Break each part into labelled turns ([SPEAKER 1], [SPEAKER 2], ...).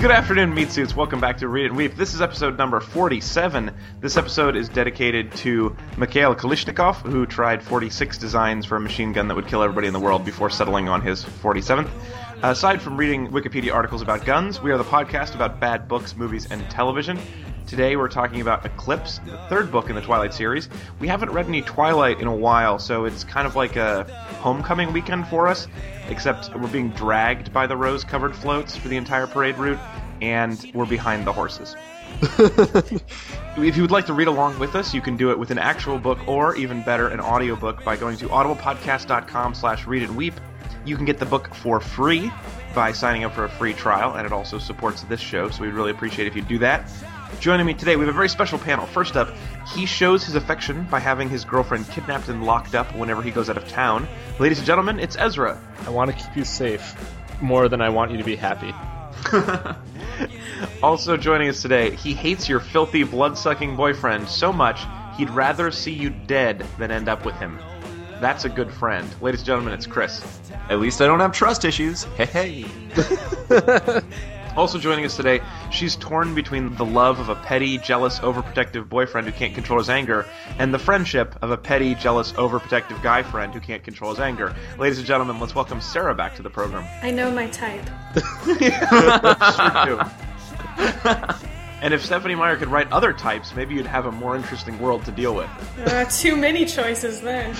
[SPEAKER 1] Good afternoon, meat suits. Welcome back to Read It and Weep. This is episode number 47. This episode is dedicated to Mikhail Kalishnikov, who tried 46 designs for a machine gun that would kill everybody in the world before settling on his 47th. Aside from reading Wikipedia articles about guns, we are the podcast about bad books, movies, and television. Today we're talking about Eclipse, the third book in the Twilight series. We haven't read any Twilight in a while, so it's kind of like a homecoming weekend for us, except we're being dragged by the rose covered floats for the entire parade route, and we're behind the horses. If you would like to read along with us, you can do it with an actual book or, even better, an audiobook by going to audiblepodcast.com slash read and weep. You can get the book for free by signing up for a free trial, and it also supports this show, so we'd really appreciate if you do that. Joining me today, we have a very special panel. First up, he shows his affection by having his girlfriend kidnapped and locked up whenever he goes out of town. Ladies and gentlemen, it's Ezra.
[SPEAKER 2] I want to keep you safe more than I want you to be happy.
[SPEAKER 1] Also joining us today, he hates your filthy, blood sucking boyfriend so much he'd rather see you dead than end up with him. That's a good friend. Ladies and gentlemen, it's Chris.
[SPEAKER 3] At least I don't have trust issues. Hey, hey.
[SPEAKER 1] Also joining us today, she's torn between the love of a petty, jealous, overprotective boyfriend who can't control his anger and the friendship of a petty, jealous, overprotective guy friend who can't control his anger. Ladies and gentlemen, let's welcome Sarah back to the program.
[SPEAKER 4] I know my type.
[SPEAKER 1] Sure do. and if Stephanie Meyer could write other types, maybe you'd have a more interesting world to deal with.
[SPEAKER 4] Uh, too many choices there.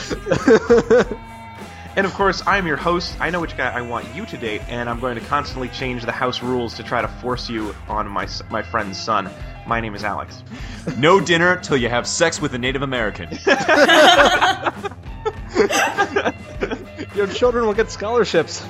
[SPEAKER 1] And of course, I'm your host. I know which guy I want you to date, and I'm going to constantly change the house rules to try to force you on my s- my friend's son. My name is Alex.
[SPEAKER 3] No dinner till you have sex with a Native American.
[SPEAKER 2] Your children will get scholarships.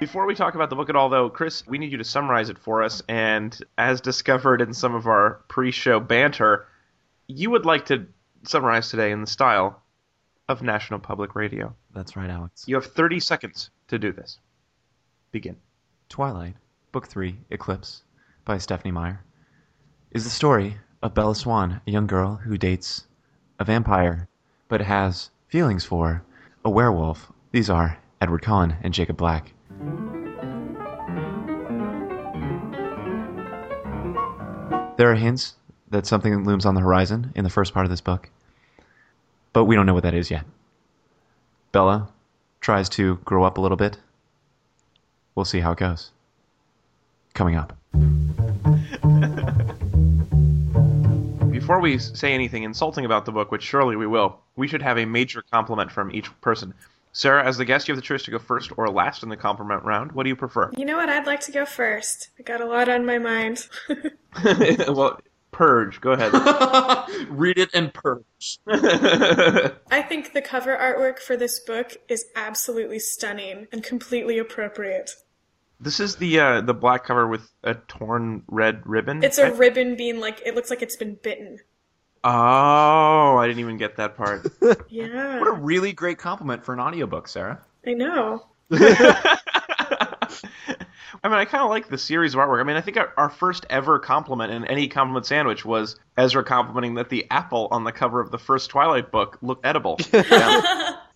[SPEAKER 1] Before we talk about the book at all, though, Chris, we need you to summarize it for us. And as discovered in some of our pre-show banter, you would like to summarize today in the style of National Public Radio.
[SPEAKER 3] That's right, Alex.
[SPEAKER 1] You have 30 seconds to do this. Begin.
[SPEAKER 3] Twilight, Book 3, Eclipse, by Stephanie Meyer, is the story of Bella Swan, a young girl who dates a vampire, but has feelings for a werewolf. These are Edward Cullen and Jacob Black. There are hints that something looms on the horizon in the first part of this book, but we don't know what that is yet. Bella tries to grow up a little bit. We'll see how it goes. Coming up.
[SPEAKER 1] Before we s- say anything insulting about the book, which surely we will, we should have a major compliment from each person. Sarah, as the guest, you have the choice to go first or last in the compliment round. What do you prefer?
[SPEAKER 4] You know what? I'd like to go first. I got a lot on my mind.
[SPEAKER 1] well, purge. Go ahead.
[SPEAKER 5] Read it and purge.
[SPEAKER 4] I think the cover artwork for this book is absolutely stunning and completely appropriate.
[SPEAKER 1] this is the uh, the black cover with a torn red ribbon.
[SPEAKER 4] It's a
[SPEAKER 1] right?
[SPEAKER 4] ribbon being like it looks like it's been bitten.
[SPEAKER 1] oh, I didn't even get that part.
[SPEAKER 3] What a
[SPEAKER 4] Yeah,
[SPEAKER 3] really great compliment for an audiobook, Sarah.
[SPEAKER 4] I know.
[SPEAKER 1] I mean, I kind of like the series of artwork. I mean, I think our, our first ever compliment in any compliment sandwich was Ezra complimenting that the apple on the cover of the first Twilight book looked edible.
[SPEAKER 2] It's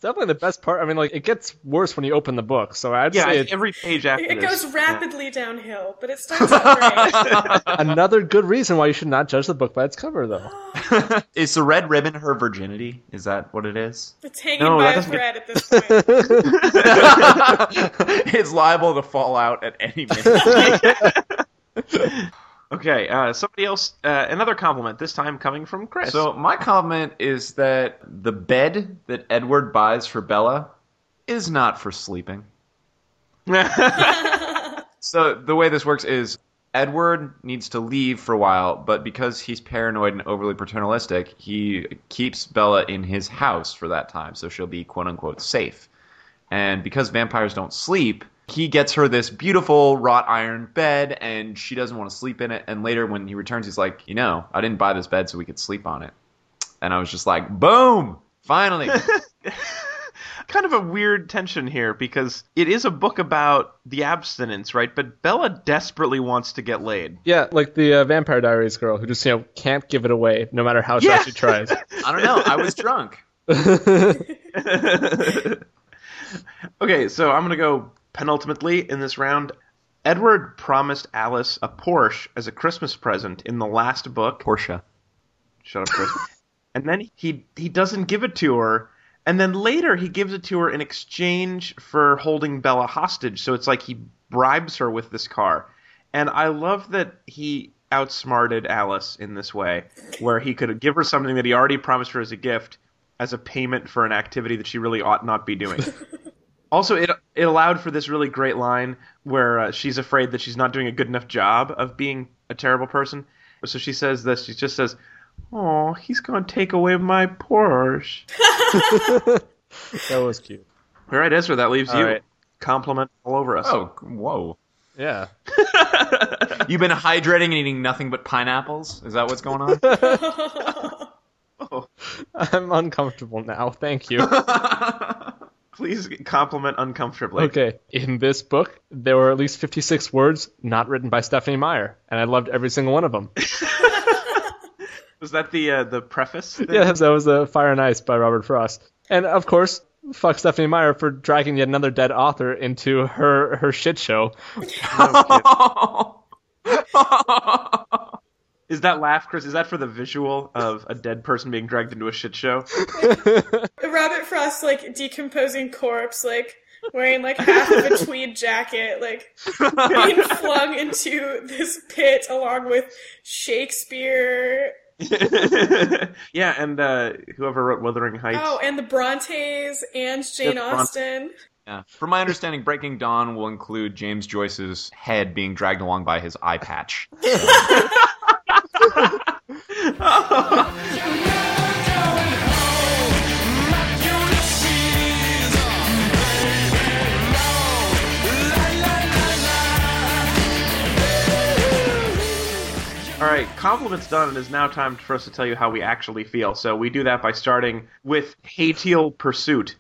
[SPEAKER 2] definitely the best part. I mean, like, it gets worse when you open the book, so I'd
[SPEAKER 1] Yeah,
[SPEAKER 2] say it's
[SPEAKER 1] every page after
[SPEAKER 4] It
[SPEAKER 1] this.
[SPEAKER 4] goes rapidly downhill, but it starts out great.
[SPEAKER 2] another good reason why you should not judge the book by its cover, though.
[SPEAKER 3] Is the red ribbon her virginity? Is that what it is?
[SPEAKER 4] It's hanging
[SPEAKER 1] No,
[SPEAKER 4] by
[SPEAKER 1] that
[SPEAKER 4] a
[SPEAKER 1] doesn't get-
[SPEAKER 4] thread at this point.
[SPEAKER 3] it's liable to fall out at any minute.
[SPEAKER 1] Okay, uh, somebody else, uh, another compliment, this time coming from Chris.
[SPEAKER 3] so my comment is that the bed that Edward buys for Bella is not for sleeping. So the way this works is Edward needs to leave for a while, but because he's paranoid and overly paternalistic, he keeps Bella in his house for that time, so she'll be quote unquote safe. And because vampires don't sleep, he gets her this beautiful wrought iron bed, and she doesn't want to sleep in it. And later, when he returns, he's like, You know, I didn't buy this bed so we could sleep on it. And I was just like, Boom! Finally!
[SPEAKER 1] kind of a weird tension here because it is a book about the abstinence, right? But Bella desperately wants to get laid.
[SPEAKER 2] Yeah, like the uh, Vampire Diaries girl who just you know can't give it away no matter how
[SPEAKER 1] Yeah.
[SPEAKER 2] hard she tries.
[SPEAKER 3] I don't know. I was drunk.
[SPEAKER 1] Okay, so I'm going to go penultimately in this round. Edward promised Alice a Porsche as a Christmas present in the last book.
[SPEAKER 3] Portia.
[SPEAKER 1] Shut up, Chris. and then he he doesn't give it to her. And then later he gives it to her in exchange for holding Bella hostage. So it's like he bribes her with this car. And I love that he outsmarted Alice in this way, where he could give her something that he already promised her as a gift as a payment for an activity that she really ought not be doing. Also, it it allowed for this really great line where uh, she's afraid that she's not doing a good enough job of being a terrible person. So she says this. She just says, "Oh, he's gonna take away my Porsche."
[SPEAKER 2] that was cute.
[SPEAKER 1] All right, Ezra, that leaves
[SPEAKER 2] All
[SPEAKER 1] you.
[SPEAKER 2] right.
[SPEAKER 1] Compliment all over us.
[SPEAKER 3] Oh, whoa.
[SPEAKER 2] Yeah.
[SPEAKER 3] You've been hydrating and eating nothing but pineapples? Is that what's going on?
[SPEAKER 2] I'm uncomfortable now. Thank you.
[SPEAKER 1] Please compliment uncomfortably.
[SPEAKER 2] Okay. In this book, there were at least 56 words not written by Stephanie Meyer, and I loved every single one of them.
[SPEAKER 1] Was that the uh, the preface? thing?
[SPEAKER 2] yeah, that was uh, Fire and Ice by Robert Frost. And of course, fuck Stephanie Meyer for dragging yet another dead author into her, her shit show.
[SPEAKER 1] Is that laugh, Chris? Is that for the visual of a dead person being dragged into a shit show?
[SPEAKER 4] Robert Frost, like, decomposing corpse, like, wearing, like, half of a tweed jacket, like, being flung into this pit along with Shakespeare.
[SPEAKER 1] yeah, and uh, whoever wrote Wuthering Heights.
[SPEAKER 4] Oh, and the Brontes and
[SPEAKER 1] Yeah,
[SPEAKER 4] Jane
[SPEAKER 1] Bron-
[SPEAKER 4] Austen.
[SPEAKER 3] yeah. From my understanding, Breaking Dawn will include James Joyce's head being dragged along by his eye patch.
[SPEAKER 1] All right, compliments done, and it's now time for us to tell you how we actually feel. So we do that by starting with hateal pursuit,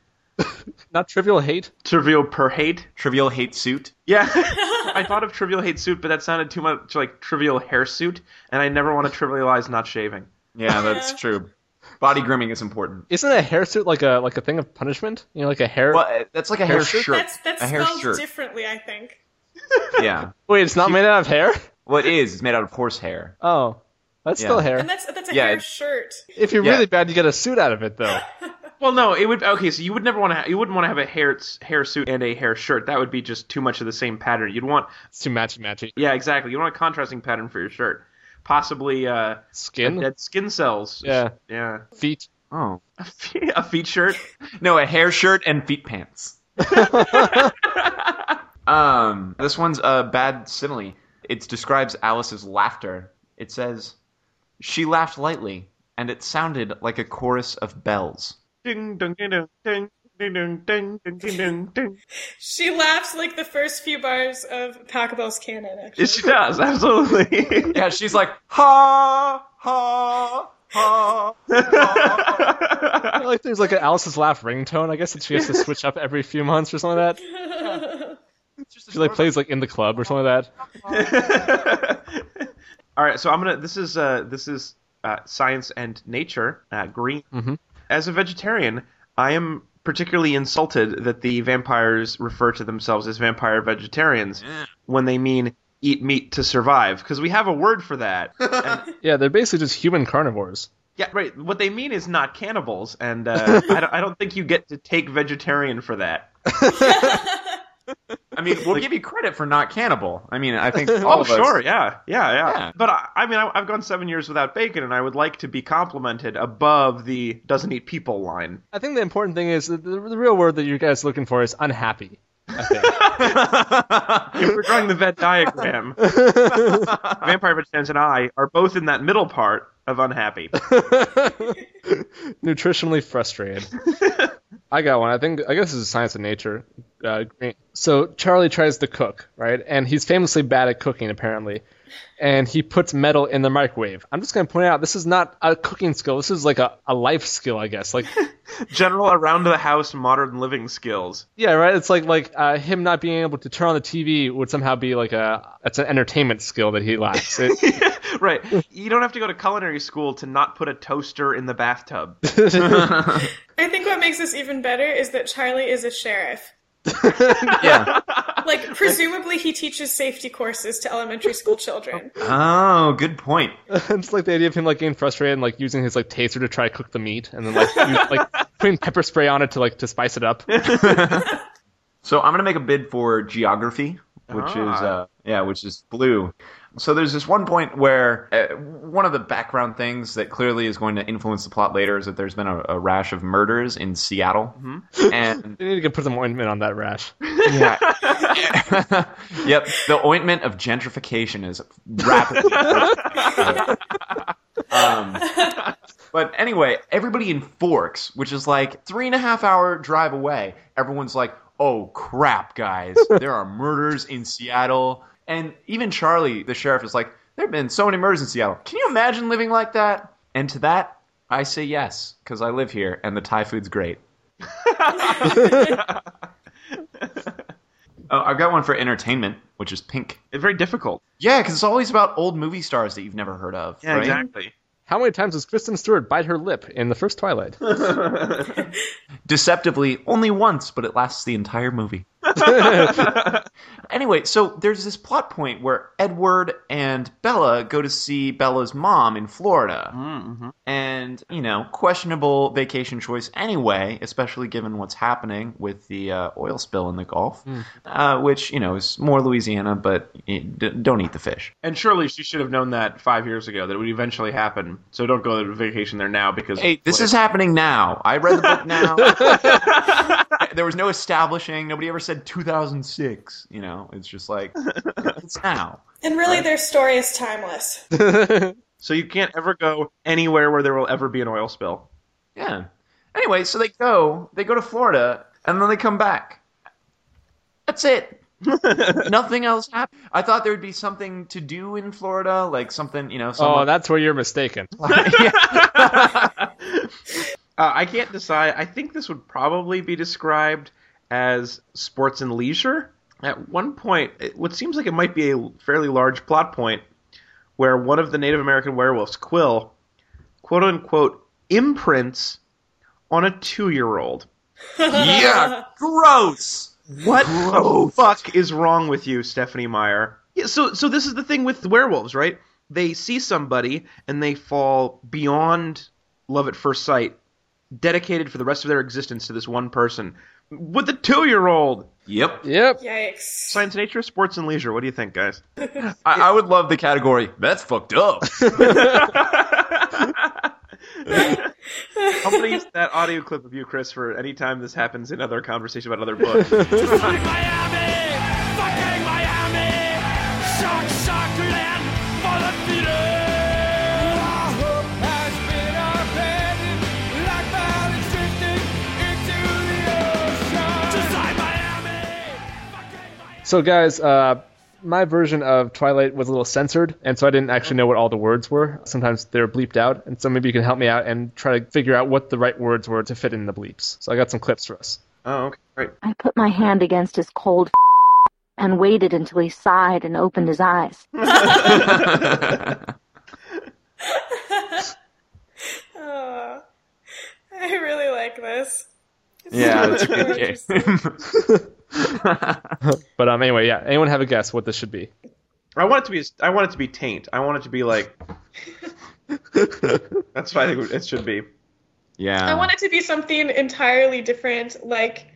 [SPEAKER 2] Not trivial hate.
[SPEAKER 1] trivial per hate.
[SPEAKER 3] Trivial hate suit.
[SPEAKER 1] Yeah, I thought of trivial hate suit, but that sounded too much like trivial hair suit, and I never want to trivialize not shaving.
[SPEAKER 3] Yeah, that's true. Body grooming is important.
[SPEAKER 2] Isn't a hairsuit like a like a thing of punishment? You know, like a hair.
[SPEAKER 3] Well, uh, that's like a hair,
[SPEAKER 2] Hair
[SPEAKER 3] shirt.
[SPEAKER 2] shirt?
[SPEAKER 4] That's that's
[SPEAKER 3] a hair
[SPEAKER 4] spelled
[SPEAKER 3] shirt.
[SPEAKER 4] differently, I think.
[SPEAKER 3] Yeah.
[SPEAKER 2] Wait, it's not made out of hair.
[SPEAKER 3] Well, it is. It's made out of horse hair.
[SPEAKER 2] Oh, that's
[SPEAKER 3] Yeah.
[SPEAKER 2] still
[SPEAKER 4] And
[SPEAKER 2] hair.
[SPEAKER 4] that's that's a
[SPEAKER 3] Yeah,
[SPEAKER 4] hair
[SPEAKER 3] it-
[SPEAKER 4] shirt.
[SPEAKER 2] If you're
[SPEAKER 3] Yeah.
[SPEAKER 2] really bad, you get a suit out of it though.
[SPEAKER 1] Well, no, it would okay. So you would never want to. Ha- you wouldn't want to have a hair hair suit and a hair shirt. That would be just too much of the same pattern. You'd want
[SPEAKER 2] It's too matchy matchy.
[SPEAKER 1] yeah, exactly. You want a contrasting pattern for your shirt, possibly uh,
[SPEAKER 2] Skin,
[SPEAKER 1] dead skin cells.
[SPEAKER 2] Yeah.
[SPEAKER 1] yeah.
[SPEAKER 2] feet.
[SPEAKER 3] Oh.
[SPEAKER 1] a feet shirt.
[SPEAKER 3] No, a hair shirt and feet pants. um, this one's a bad simile. It describes Alice's laughter. It says, "She laughed lightly, and it sounded like a chorus of bells."
[SPEAKER 1] Ding dong ding dong ding ding dong ding ding ding dong ding.
[SPEAKER 4] She laughs like the first few bars of Pachelbel's canon, actually.
[SPEAKER 1] Yes, she does absolutely.
[SPEAKER 3] Yeah, she's like, "Ha ha ha."
[SPEAKER 2] I like there's like an Alice's laugh ringtone. I guess that she has to switch up every few months or something like that. She like plays like in the club or something like that.
[SPEAKER 1] All right, so I'm gonna. This is uh, this is uh, science and nature. Uh, green. As a vegetarian, I am particularly insulted that the vampires refer to themselves as vampire vegetarians when they mean eat meat to survive, because we have a word for that. And-
[SPEAKER 2] Yeah, they're basically just human carnivores.
[SPEAKER 1] yeah, right. What they mean is not cannibals, and uh, I, don't, I don't think you get to take vegetarian for that.
[SPEAKER 3] I mean, we'll give you credit for not cannibal. I mean, I think all
[SPEAKER 1] Oh,
[SPEAKER 3] of us-
[SPEAKER 1] sure, yeah, yeah, yeah,
[SPEAKER 3] Yeah.
[SPEAKER 1] But I, I mean, I, I've gone seven years without bacon, and I would like to be complimented above the "doesn't eat people" line.
[SPEAKER 2] I think the important thing is that the, the real word that you guys are looking for is unhappy. I think.
[SPEAKER 1] If we're drawing the Venn diagram, vampire vegetarians and I are both in that middle part of unhappy.
[SPEAKER 2] nutritionally frustrated. I got one. I think I guess this is science of nature. Uh, green. so Charlie tries to cook, right? And he's famously bad at cooking, apparently. And he puts metal in the microwave. I'm just gonna point out this is not a cooking skill. This is like a, a life skill, I guess. Like
[SPEAKER 1] General around the house modern living skills.
[SPEAKER 2] Yeah, right. It's like like uh, him not being able to turn on the TV would somehow be like a that's an entertainment skill that he lacks. It-
[SPEAKER 1] right. You don't have to go to culinary school to not put a toaster in the bathtub.
[SPEAKER 4] I think what makes this even better is that Charlie is a sheriff.
[SPEAKER 3] yeah.
[SPEAKER 4] Like, presumably, he teaches safety courses to elementary school children.
[SPEAKER 3] Oh, good point.
[SPEAKER 2] it's like the idea of him like getting frustrated and like using his like taser to try to cook the meat and then like use, like putting pepper spray on it to like to spice it up.
[SPEAKER 3] So I'm gonna make a bid for geography, which is
[SPEAKER 1] Ah.
[SPEAKER 3] uh, yeah, which is blue. So there's this one point where uh, one of the background things that clearly is going to influence the plot later is that there's been a, a rash of murders in Seattle, and
[SPEAKER 2] They need to put some ointment on that rash.
[SPEAKER 3] yeah, yep, the ointment of gentrification is rapidly. um, but anyway, everybody in Forks, which is like three and a half hour drive away, everyone's like, "Oh crap, guys! There are murders in Seattle." And even Charlie, the sheriff, is like, "There have been so many murders in Seattle. Can you imagine living like that?" And to that, I say yes because I live here, and the Thai food's great. Oh, I've got one for entertainment, which is pink.
[SPEAKER 1] It's very difficult.
[SPEAKER 3] Yeah, because it's always about old movie stars that you've never heard of.
[SPEAKER 1] Yeah,
[SPEAKER 3] right?
[SPEAKER 1] exactly.
[SPEAKER 2] How many times does Kristen Stewart bite her lip in the first Twilight?
[SPEAKER 3] Deceptively, only once, but it lasts the entire movie. anyway, so there's this plot point where Edward and Bella go to see Bella's mom in Florida.
[SPEAKER 1] Mm-hmm.
[SPEAKER 3] And, you know, questionable vacation choice anyway, especially given what's happening with the uh, oil spill in the Gulf,
[SPEAKER 1] Mm.
[SPEAKER 3] uh, which, you know, is more Louisiana, but eh, d- don't eat the fish.
[SPEAKER 1] And surely she should have known that five years ago that it would eventually happen. So don't go on vacation there now because
[SPEAKER 3] Hey, this is happening now. I read the book now. there was no establishing. Nobody ever said 2006. You know, it's just like it's now.
[SPEAKER 4] And really, their story is timeless.
[SPEAKER 1] so you can't ever go anywhere where there will ever be an oil spill.
[SPEAKER 3] Yeah. Anyway, so they go. They go to Florida, and then they come back. That's it. Nothing else happened. I thought there would be something to do in Florida, like something, you know.
[SPEAKER 2] Oh,
[SPEAKER 3] Someone,
[SPEAKER 2] that's where you're mistaken.
[SPEAKER 1] Uh, I can't decide. I think this would probably be described as sports and leisure. At one point, it, what seems like it might be a fairly large plot point, where one of the Native American werewolves, Quill, quote unquote, imprints on a two-year-old.
[SPEAKER 3] yeah, gross.
[SPEAKER 1] What the
[SPEAKER 3] Gross.
[SPEAKER 1] fuck is wrong with you, Stephanie Meyer? Yeah, so so this is the thing with werewolves, right? They see somebody and they fall beyond love at first sight, dedicated for the rest of their existence to this one person. With a two-year-old,
[SPEAKER 3] Yep.
[SPEAKER 2] Yep.
[SPEAKER 4] Yikes.
[SPEAKER 1] science, nature, sports, and leisure. What do you think, guys?
[SPEAKER 3] I, I would love the category. That's fucked up.
[SPEAKER 1] I'll please that audio clip of you, Chris, for any time this happens in other conversation about other books.
[SPEAKER 6] Fucking Miami! Fucking Miami! Shock, shock, land, full of Our hope has been abandoned, like violence drifting into the ocean. Design Miami! Fucking Miami!
[SPEAKER 2] So, guys, uh, my version of Twilight was a little censored, and so I didn't actually know what all the words were. Sometimes they're bleeped out, and so maybe you can help me out and try to figure out what the right words were to fit in the bleeps. So I got some clips for us.
[SPEAKER 1] Oh, okay, great.
[SPEAKER 7] I put my hand against his cold and waited until he sighed and opened his eyes.
[SPEAKER 4] Aw. I really like this.
[SPEAKER 3] yeah, that's a good
[SPEAKER 4] Interesting.
[SPEAKER 3] game.
[SPEAKER 2] But um, anyway, yeah. Anyone have a guess what this should be?
[SPEAKER 1] I want it to be. I want it to be taint. I want it to be like. That's what I think it should be.
[SPEAKER 3] Yeah.
[SPEAKER 4] I want it to be something entirely different, like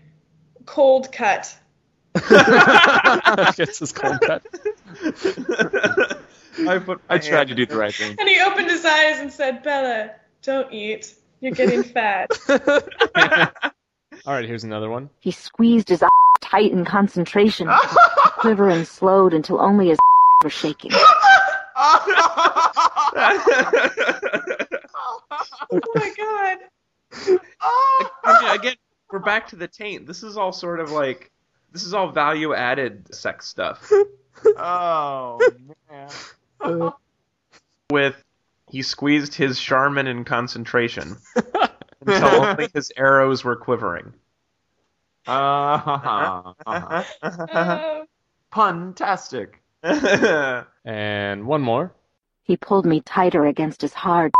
[SPEAKER 4] cold cut.
[SPEAKER 2] I guess it's cold cut.
[SPEAKER 1] I put.
[SPEAKER 3] I tried to do the right thing.
[SPEAKER 4] And he opened his eyes and said, Bella, don't eat. You're getting fat. Oh
[SPEAKER 2] All right, here's another one.
[SPEAKER 7] He squeezed his tight in concentration. The quivering slowed until only his was shaking.
[SPEAKER 4] oh my god.
[SPEAKER 1] I mean, again, we're back to the taint. This is all sort of like. This is all value added sex stuff.
[SPEAKER 3] Oh man.
[SPEAKER 1] With he squeezed his Charmin in concentration. until only his arrows were quivering.
[SPEAKER 3] Uh-huh. Uh-huh.
[SPEAKER 4] Uh,
[SPEAKER 3] Puntastic.
[SPEAKER 2] And one more.
[SPEAKER 7] He pulled me tighter against his hard,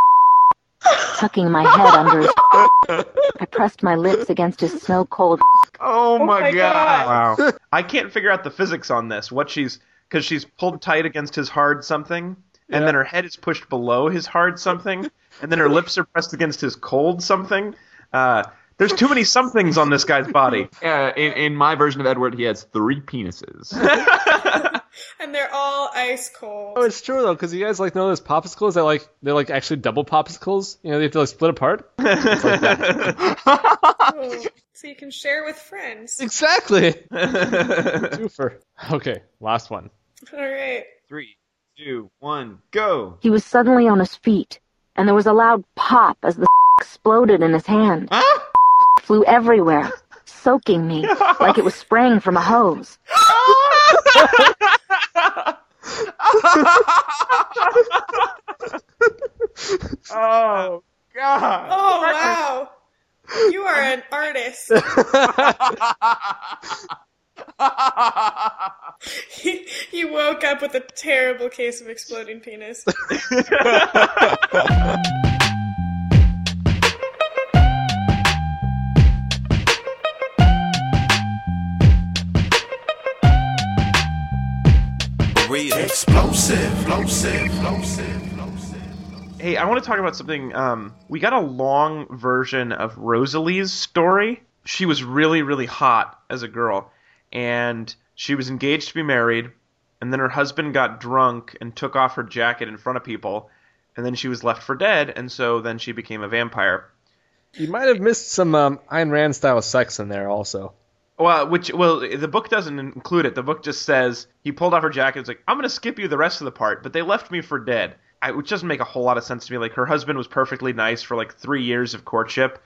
[SPEAKER 7] tucking my head under his. I pressed my lips against his snow cold.
[SPEAKER 3] Oh, my,
[SPEAKER 4] my
[SPEAKER 3] god.
[SPEAKER 1] wow. I can't figure out the physics on this. What she's because she's pulled tight against his hard something, and then her head is pushed below his hard something, and then her lips are pressed against his cold something. Uh, there's too many somethings on this guy's body.
[SPEAKER 3] Uh, in, in my version of Edward, he has three penises.
[SPEAKER 4] and they're all ice cold.
[SPEAKER 2] Oh, it's true though, because you guys like know those popsicles that like they're like actually double popsicles. You know, they have to like split apart.
[SPEAKER 4] Oh, so you can share with friends.
[SPEAKER 2] Exactly. Twofer. Okay, last one.
[SPEAKER 4] All right.
[SPEAKER 3] Three, two, one, go.
[SPEAKER 7] He was suddenly on his feet, and there was a loud pop as the exploded in his hand. Flew everywhere, soaking me like it was spraying from a hose.
[SPEAKER 3] Oh god.
[SPEAKER 4] Oh wow. You are an artist. He, he woke up with a terrible case of exploding penis.
[SPEAKER 8] real explosive, explosive, explosive, explosive.
[SPEAKER 1] Hey, I want to talk about something. Um, we got a long version of Rosalie's story. She was really, really hot as a girl, and she was engaged to be married, and then her husband got drunk and took off her jacket in front of people, and then she was left for dead, and so then she became a vampire.
[SPEAKER 2] You might have missed some um, Ayn Rand style sex in there also.
[SPEAKER 1] Well, which well, the book doesn't include it. The book just says he pulled off her jacket. It's like I'm gonna skip you the rest of the part, but they left me for dead. I, which doesn't make a whole lot of sense to me. Like her husband was perfectly nice for like three years of courtship,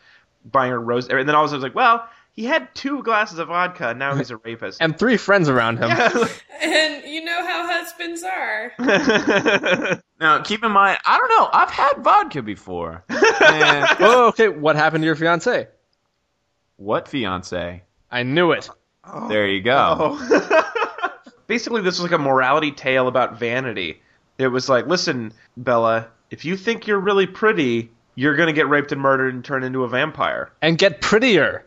[SPEAKER 1] buying her rose, and then all of a sudden it's like, well, he had two glasses of vodka. Now he's a rapist.
[SPEAKER 2] And three friends around him.
[SPEAKER 4] and you know how husbands are.
[SPEAKER 3] Now keep in mind, I don't know. I've had vodka before. And-
[SPEAKER 2] oh, okay. What happened to your fiance?
[SPEAKER 3] what fiance?
[SPEAKER 2] I knew it.
[SPEAKER 3] There you go.
[SPEAKER 1] Oh. Basically, this was like a morality tale about vanity. It was like, listen, Bella, if you think you're really pretty, you're going to get raped and murdered and turn into a vampire.
[SPEAKER 2] And get prettier.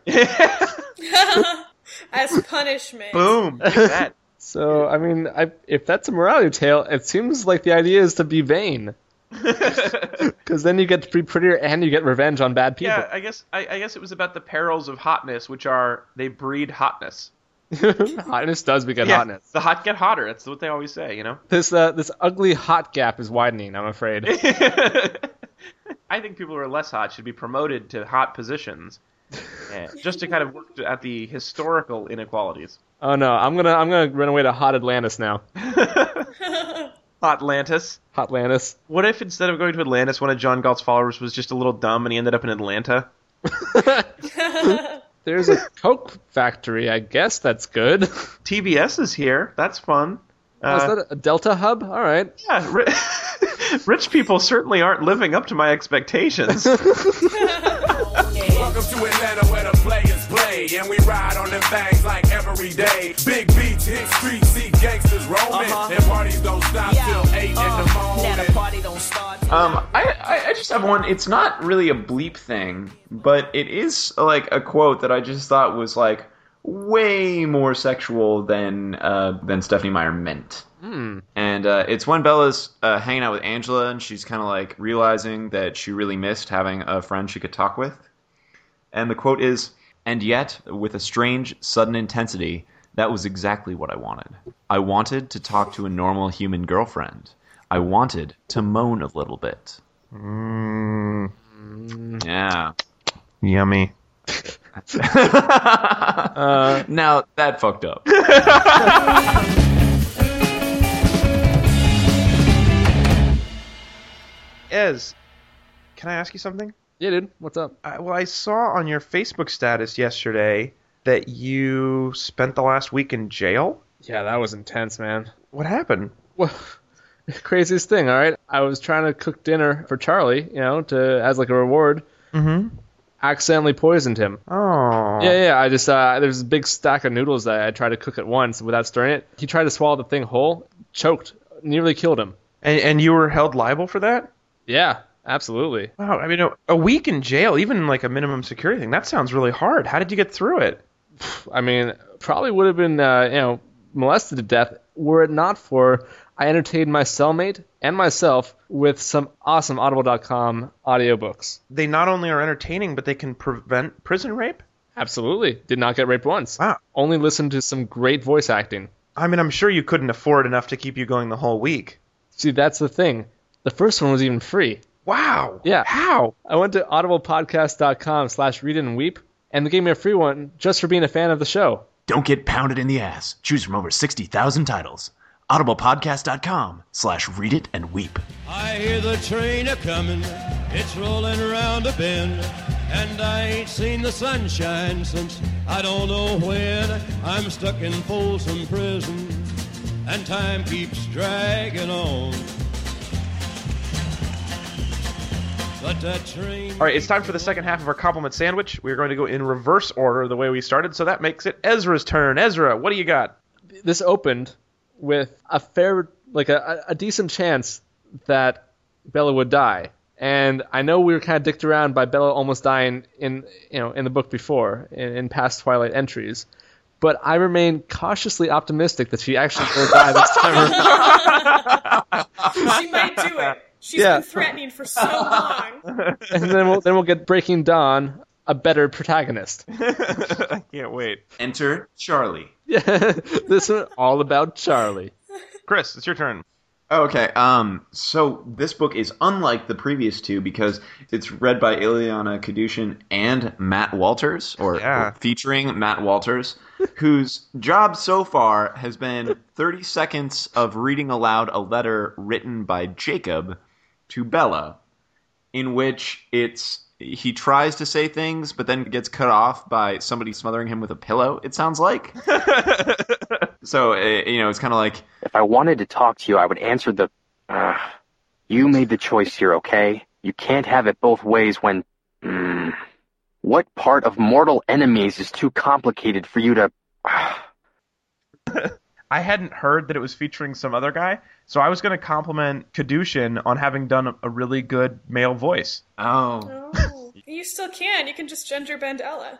[SPEAKER 4] As punishment.
[SPEAKER 1] Boom. Take that.
[SPEAKER 2] So, I mean, I, if that's a morality tale, it seems like the idea is to be vain. Because then you get to be prettier and you get revenge on bad people.
[SPEAKER 1] yeah, I guess I, I guess it was about the perils of hotness, which are they breed hotness.
[SPEAKER 2] hotness does beget
[SPEAKER 1] Yeah,
[SPEAKER 2] hotness.
[SPEAKER 1] The hot get hotter. That's what they always say, you know?
[SPEAKER 2] This uh, this ugly hot gap is widening. I'm afraid.
[SPEAKER 1] I think people who are less hot should be promoted to hot positions, yeah, just to kind of work at the historical inequalities.
[SPEAKER 2] oh no, I'm gonna I'm gonna run away to hot Atlantis now.
[SPEAKER 1] Atlantis.
[SPEAKER 2] Hot Atlantis.
[SPEAKER 1] What if instead of going to Atlantis, one of John Galt's followers was just a little dumb and he ended up in Atlanta?
[SPEAKER 2] There's a Coke factory. I guess that's good.
[SPEAKER 1] TBS is here. That's fun.
[SPEAKER 2] Oh, is
[SPEAKER 1] Uh,
[SPEAKER 2] that a Delta hub? All right.
[SPEAKER 1] yeah, ri- rich people certainly aren't living up to my expectations.
[SPEAKER 8] Welcome to Atlanta where the players play, and we ride on them things like every day. Big beats, hit streets, see gangsters roaming,
[SPEAKER 6] Uh-huh.
[SPEAKER 8] and parties don't stop till eight in the morning.
[SPEAKER 3] Um, I, I, I just have one. It's not really a bleep thing, but it is like a quote that I just thought was like way more sexual than uh, than Stephanie Meyer meant. And uh, it's when Bella's uh, hanging out with Angela, and she's kind of like realizing that she really missed having a friend she could talk with. And the quote is, "And yet, with a strange, sudden intensity, that was exactly what I wanted. I wanted to talk to a normal human girlfriend. I wanted to moan a little bit." Yeah.
[SPEAKER 1] Yummy.
[SPEAKER 3] Now that fucked up.
[SPEAKER 1] Ez, can I ask you something?
[SPEAKER 2] Yeah, dude. What's up?
[SPEAKER 1] I, well, I saw on your Facebook status yesterday that you spent the last week in jail.
[SPEAKER 2] Yeah, that was intense, man.
[SPEAKER 1] What happened?
[SPEAKER 2] Well, craziest thing, all right? I was trying to cook dinner for Charlie, you know, to as like a reward. Mm-hmm. accidentally poisoned him.
[SPEAKER 1] Oh.
[SPEAKER 2] Yeah, yeah. I just uh, there's a big stack of noodles that I tried to cook at once without stirring it. He tried to swallow the thing whole, choked, nearly killed him.
[SPEAKER 1] And, and you were held liable for that?
[SPEAKER 2] Yeah, absolutely.
[SPEAKER 1] Wow. I mean, a, a week in jail, even like a minimum security thing, that sounds really hard. How did you get through it?
[SPEAKER 2] I mean, probably would have been uh, you know molested to death were it not for I entertained my cellmate and myself with some awesome Audible.com audiobooks.
[SPEAKER 1] They not only are entertaining, but they can prevent prison rape?
[SPEAKER 2] Absolutely, did not get raped once.
[SPEAKER 1] Wow.
[SPEAKER 2] Only listened to some great voice acting.
[SPEAKER 1] I mean, I'm sure you couldn't afford enough to keep you going the whole week.
[SPEAKER 2] See, that's the thing. The first one was even free.
[SPEAKER 1] Wow.
[SPEAKER 2] Yeah.
[SPEAKER 1] How?
[SPEAKER 2] I went to audiblepodcast.com slash read it and weep, and they gave me a free one just for being a fan of the show.
[SPEAKER 9] Don't get pounded in the ass. Choose from over 60,000 titles. audiblepodcast.com slash read it and weep.
[SPEAKER 6] I hear the train a comin', it's rollin' around a bend, and I ain't seen the sunshine since I don't know when. I'm stuck in Folsom Prison, and time keeps dragging on. But that train.
[SPEAKER 1] All right, it's time for the second half of our compliment sandwich. We're going to go in reverse order the way we started, so that makes it Ezra's turn. Ezra, what do you got?
[SPEAKER 2] This opened with a fair, like a, a decent chance that Bella would die. And I know we were kind of dicked around by Bella almost dying in, you know, in the book before, in, in past Twilight entries. But I remain cautiously optimistic that she actually will die this time. around.
[SPEAKER 4] She might do it. She's
[SPEAKER 2] Yeah.
[SPEAKER 4] been threatening for so long.
[SPEAKER 2] and then we'll then we'll get Breaking Dawn, a better protagonist.
[SPEAKER 1] I can't wait.
[SPEAKER 3] Enter Charlie.
[SPEAKER 2] Yeah, this one all about Charlie.
[SPEAKER 1] Chris, it's your turn.
[SPEAKER 3] Okay, um, so this book is unlike the previous two because it's read by Ileana Kadushin and Matt Walters, or,
[SPEAKER 1] Yeah.
[SPEAKER 3] or featuring Matt Walters, whose job so far has been 30 seconds of reading aloud a letter written by Jacob to Bella, in which it's he tries to say things but then gets cut off by somebody smothering him with a pillow. It sounds like. so uh, you know, it's kind of like.
[SPEAKER 10] If I wanted to talk to you, I would answer the. Uh, you made the choice here, okay? You can't have it both ways when. Mm, what part of mortal enemies is too complicated for you to.
[SPEAKER 1] I hadn't heard that it was featuring some other guy, so I was going to compliment Kadushin on having done a- a really good male voice.
[SPEAKER 3] Oh,
[SPEAKER 4] No. You still can. You can just gender bend Ella.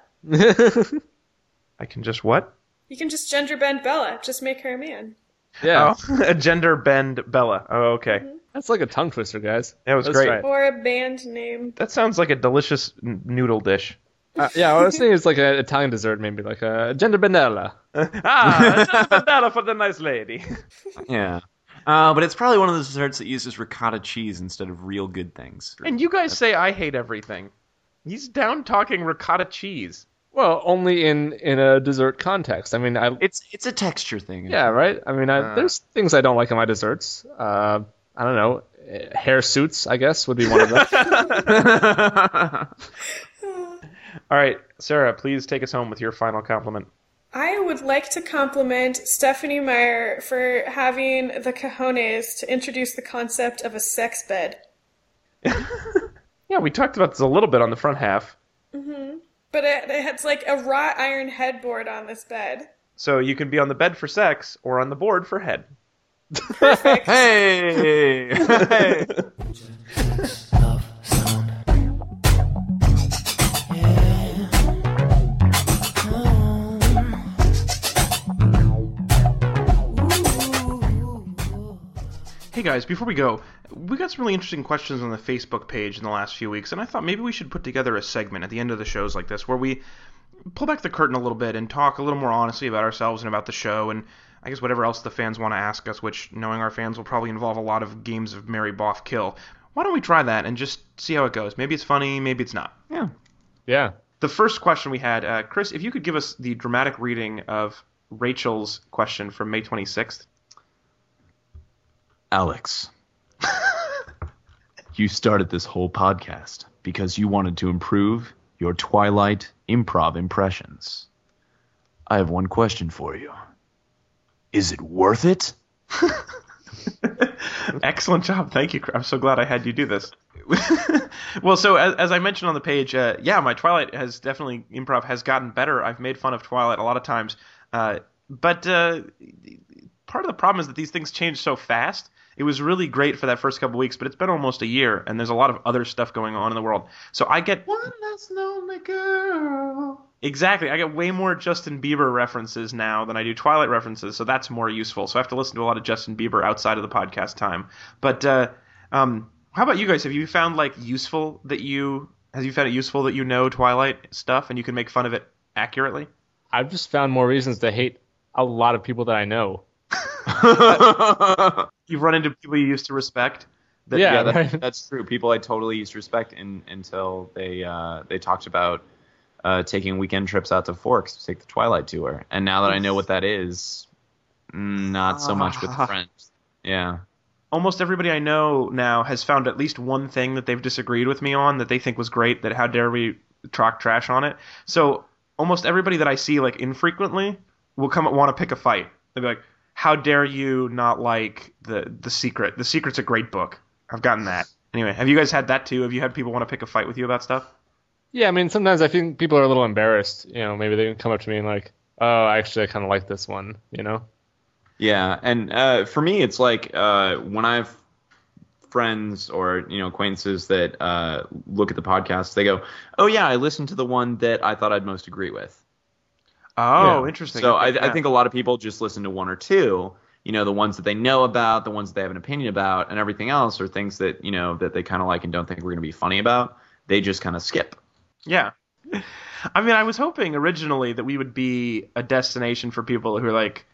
[SPEAKER 1] I can just what?
[SPEAKER 4] You can just gender bend Bella. Just make her a man.
[SPEAKER 2] yeah,
[SPEAKER 1] Oh, a gender bend Bella. Oh, okay.
[SPEAKER 2] that's like a tongue twister, guys.
[SPEAKER 1] That was
[SPEAKER 2] That's
[SPEAKER 1] great.
[SPEAKER 2] right.
[SPEAKER 4] Or a band name.
[SPEAKER 1] That sounds like a delicious n- noodle dish.
[SPEAKER 2] Uh, yeah, I was thinking it's like an Italian dessert, maybe like a gender banella.
[SPEAKER 1] Ah, another banana for the nice lady.
[SPEAKER 3] Yeah. Uh, but it's probably one of those desserts that uses ricotta cheese instead of real good things.
[SPEAKER 1] And you guys say I hate everything. He's down talking ricotta cheese.
[SPEAKER 2] Well, only in in a dessert context. I mean, I
[SPEAKER 3] It's it's a texture thing.
[SPEAKER 2] yeah, right. I mean, I,
[SPEAKER 1] Uh.
[SPEAKER 2] there's things I don't like in my desserts. Uh, I don't know, eh, hair suits, I guess, would be one of them.
[SPEAKER 1] All right, Sarah, please take us home with your final compliment.
[SPEAKER 4] I would like to compliment Stephanie Meyer for having the cojones to introduce the concept of a sex bed.
[SPEAKER 1] Yeah, we talked about this a little bit on the front half.
[SPEAKER 4] But it, it has like a wrought iron headboard on this bed.
[SPEAKER 1] So you can be on the bed for sex or on the board for head.
[SPEAKER 3] Hey. Hey!
[SPEAKER 1] Hey guys, before we go, we got some really interesting questions on the Facebook page in the last few weeks, and I thought maybe we should put together a segment at the end of the shows like this where we pull back the curtain a little bit and talk a little more honestly about ourselves and about the show and I guess whatever else the fans want to ask us, which knowing our fans will probably involve a lot of games of Mary Boff kill. Why don't we try that and just see how it goes? Maybe it's funny, maybe it's not.
[SPEAKER 3] yeah.
[SPEAKER 2] yeah.
[SPEAKER 1] The first question we had, uh, Chris, if you could give us the dramatic reading of Rachel's question from May 26th.
[SPEAKER 9] Alex, you started this whole podcast because you wanted to improve your Twilight improv impressions. I have one question for you. Is it worth it?
[SPEAKER 1] Excellent job. Thank you. Chris. I'm so glad I had you do this. well, so as, as I mentioned on the page, uh, yeah, my Twilight has definitely improv has gotten better. I've made fun of Twilight a lot of times, uh, but uh, part of the problem is that these things change so fast. It was really great for that first couple weeks, but it's been almost a year, and there's a lot of other stuff going on in the world. So I get
[SPEAKER 3] One less lonely girl.
[SPEAKER 1] Exactly. I get way more Justin Bieber references now than I do Twilight references, so that's more useful. So I have to listen to a lot of Justin Bieber outside of the podcast time. But uh, um, how about you guys? Have you found like useful that you has you found it useful that you know Twilight stuff and you can make fun of it accurately?
[SPEAKER 2] I've just found more reasons to hate a lot of people that I know.
[SPEAKER 1] You've run into people you used to respect.
[SPEAKER 3] That,
[SPEAKER 2] Yeah,
[SPEAKER 3] yeah, that,
[SPEAKER 2] right.
[SPEAKER 3] that's true. People I totally used to respect in, until they uh, they talked about uh, taking weekend trips out to Forks to take the Twilight tour, and now that I know what that is, mm, not so much with
[SPEAKER 1] Ah.
[SPEAKER 3] friends. Yeah,
[SPEAKER 1] Almost everybody I know now has found at least one thing that they've disagreed with me on that they think was great. That how dare we talk trash on it? So almost everybody that I see like infrequently will come want to pick a fight. They'll be like, "How dare you not like the the Secret? The Secret's a great book. I've gotten that." Anyway, have you guys had that too? Have you had people want to pick a fight with you about stuff?
[SPEAKER 2] Yeah, I mean, sometimes I think people are a little embarrassed. You know, maybe they can come up to me and like, oh, actually, I kind of like this one. You know,
[SPEAKER 3] Yeah, and uh, for me, it's like uh, when I've friends or you know acquaintances that uh, look at the podcast, they go, "Oh yeah, I listened to the one that I thought I'd most agree with."
[SPEAKER 1] Oh, interesting.
[SPEAKER 3] So
[SPEAKER 1] Okay,
[SPEAKER 3] I,
[SPEAKER 1] yeah.
[SPEAKER 3] I think a lot of people just listen to one or two. You know, the ones that they know about, the ones that they have an opinion about, and everything else are things that you know that they kind of like and don't think we're going to be funny about. They just kind of skip.
[SPEAKER 1] Yeah. I mean, I was hoping originally that we would be a destination for people who are like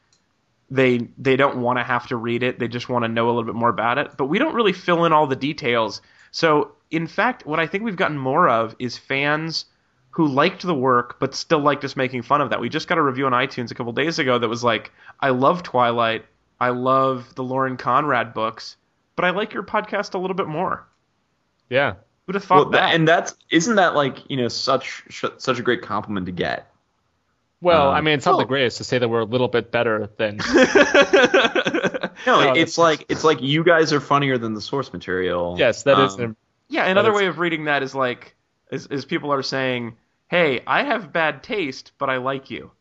[SPEAKER 1] they they don't want to have to read it, they just want to know a little bit more about it, but we don't really fill in all the details. So, in fact, what I think we've gotten more of is fans who liked the work but still liked us making fun of that. We just got a review on iTunes a couple days ago that was like, "I love Twilight. I love the Lauren Conrad books, but I like your podcast a little bit more."
[SPEAKER 2] yeah.
[SPEAKER 1] Who'd have thought
[SPEAKER 3] Well, that, and that's isn't that like you know such such a great compliment to get.
[SPEAKER 2] Well,
[SPEAKER 3] Um,
[SPEAKER 2] I mean, it's not the greatest to say that we're a little bit better than.
[SPEAKER 3] No,
[SPEAKER 2] No,
[SPEAKER 3] it's like it's like you guys are funnier than the source material.
[SPEAKER 2] yes, that is.
[SPEAKER 3] Um,
[SPEAKER 2] an-
[SPEAKER 1] Yeah, another
[SPEAKER 2] it's-
[SPEAKER 1] way of reading that is like is, is people are saying, "Hey, I have bad taste, but I like you.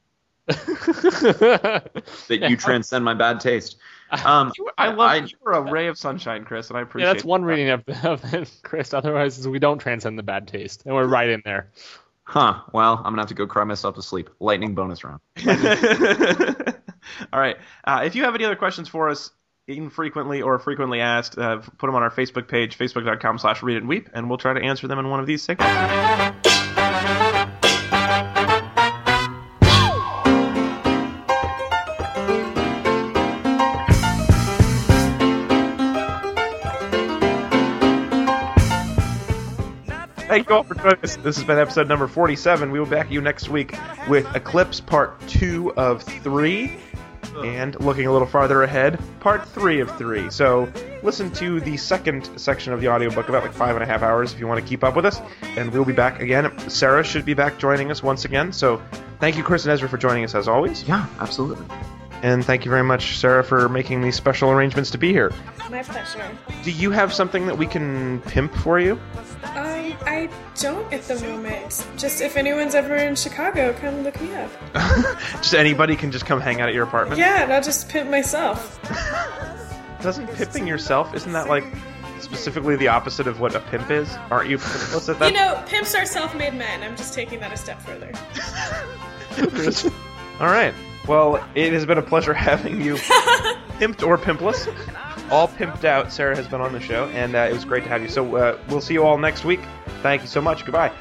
[SPEAKER 3] that you transcend my bad taste. Um,
[SPEAKER 1] You- I love
[SPEAKER 3] I-
[SPEAKER 1] you were a ray of sunshine, Chris, and I appreciate."
[SPEAKER 2] yeah, that's one
[SPEAKER 1] that.
[SPEAKER 2] reading of, of it, Chris. Otherwise, is we don't transcend the bad taste, and we're right in there.
[SPEAKER 3] huh? Well, I'm gonna have to go cry myself to sleep. Lightning bonus round.
[SPEAKER 1] All right. Uh, if you have any other questions for us, infrequently or frequently asked, uh, put them on our Facebook page, facebook.com slash read and weep, and we'll try to answer them in one of these segments. Thank you all for joining us. This has been episode number 47. We will be back at you next week with Eclipse Part 2 of 3. And looking a little farther ahead, part three of three. So listen to the second section of the audiobook, about like five and a half hours, if you want to keep up with us. And we'll be back again. Sarah should be back joining us once again. So thank you, Chris and Ezra, for joining us as always.
[SPEAKER 3] Yeah, absolutely.
[SPEAKER 1] And thank you very much, Sarah, for making these special arrangements to be here.
[SPEAKER 4] My pleasure.
[SPEAKER 1] Do you have something that we can pimp for you?
[SPEAKER 4] Um, I don't at the moment. Just if anyone's ever in Chicago, come look me up.
[SPEAKER 1] Just anybody can just come hang out at your apartment?
[SPEAKER 4] Yeah, and I'll just pimp myself.
[SPEAKER 1] Doesn't pimping yourself, isn't that like specifically the opposite of what a pimp is? Aren't you pimpless at that
[SPEAKER 4] You know, pimps are self-made men. I'm just taking that a step further.
[SPEAKER 1] All right. Well, it has been a pleasure having you, pimped or pimpless, all pimped out. Sarah has been on the show, and uh, it was great to have you. So uh, we'll see you all next week. Thank you so much. Goodbye.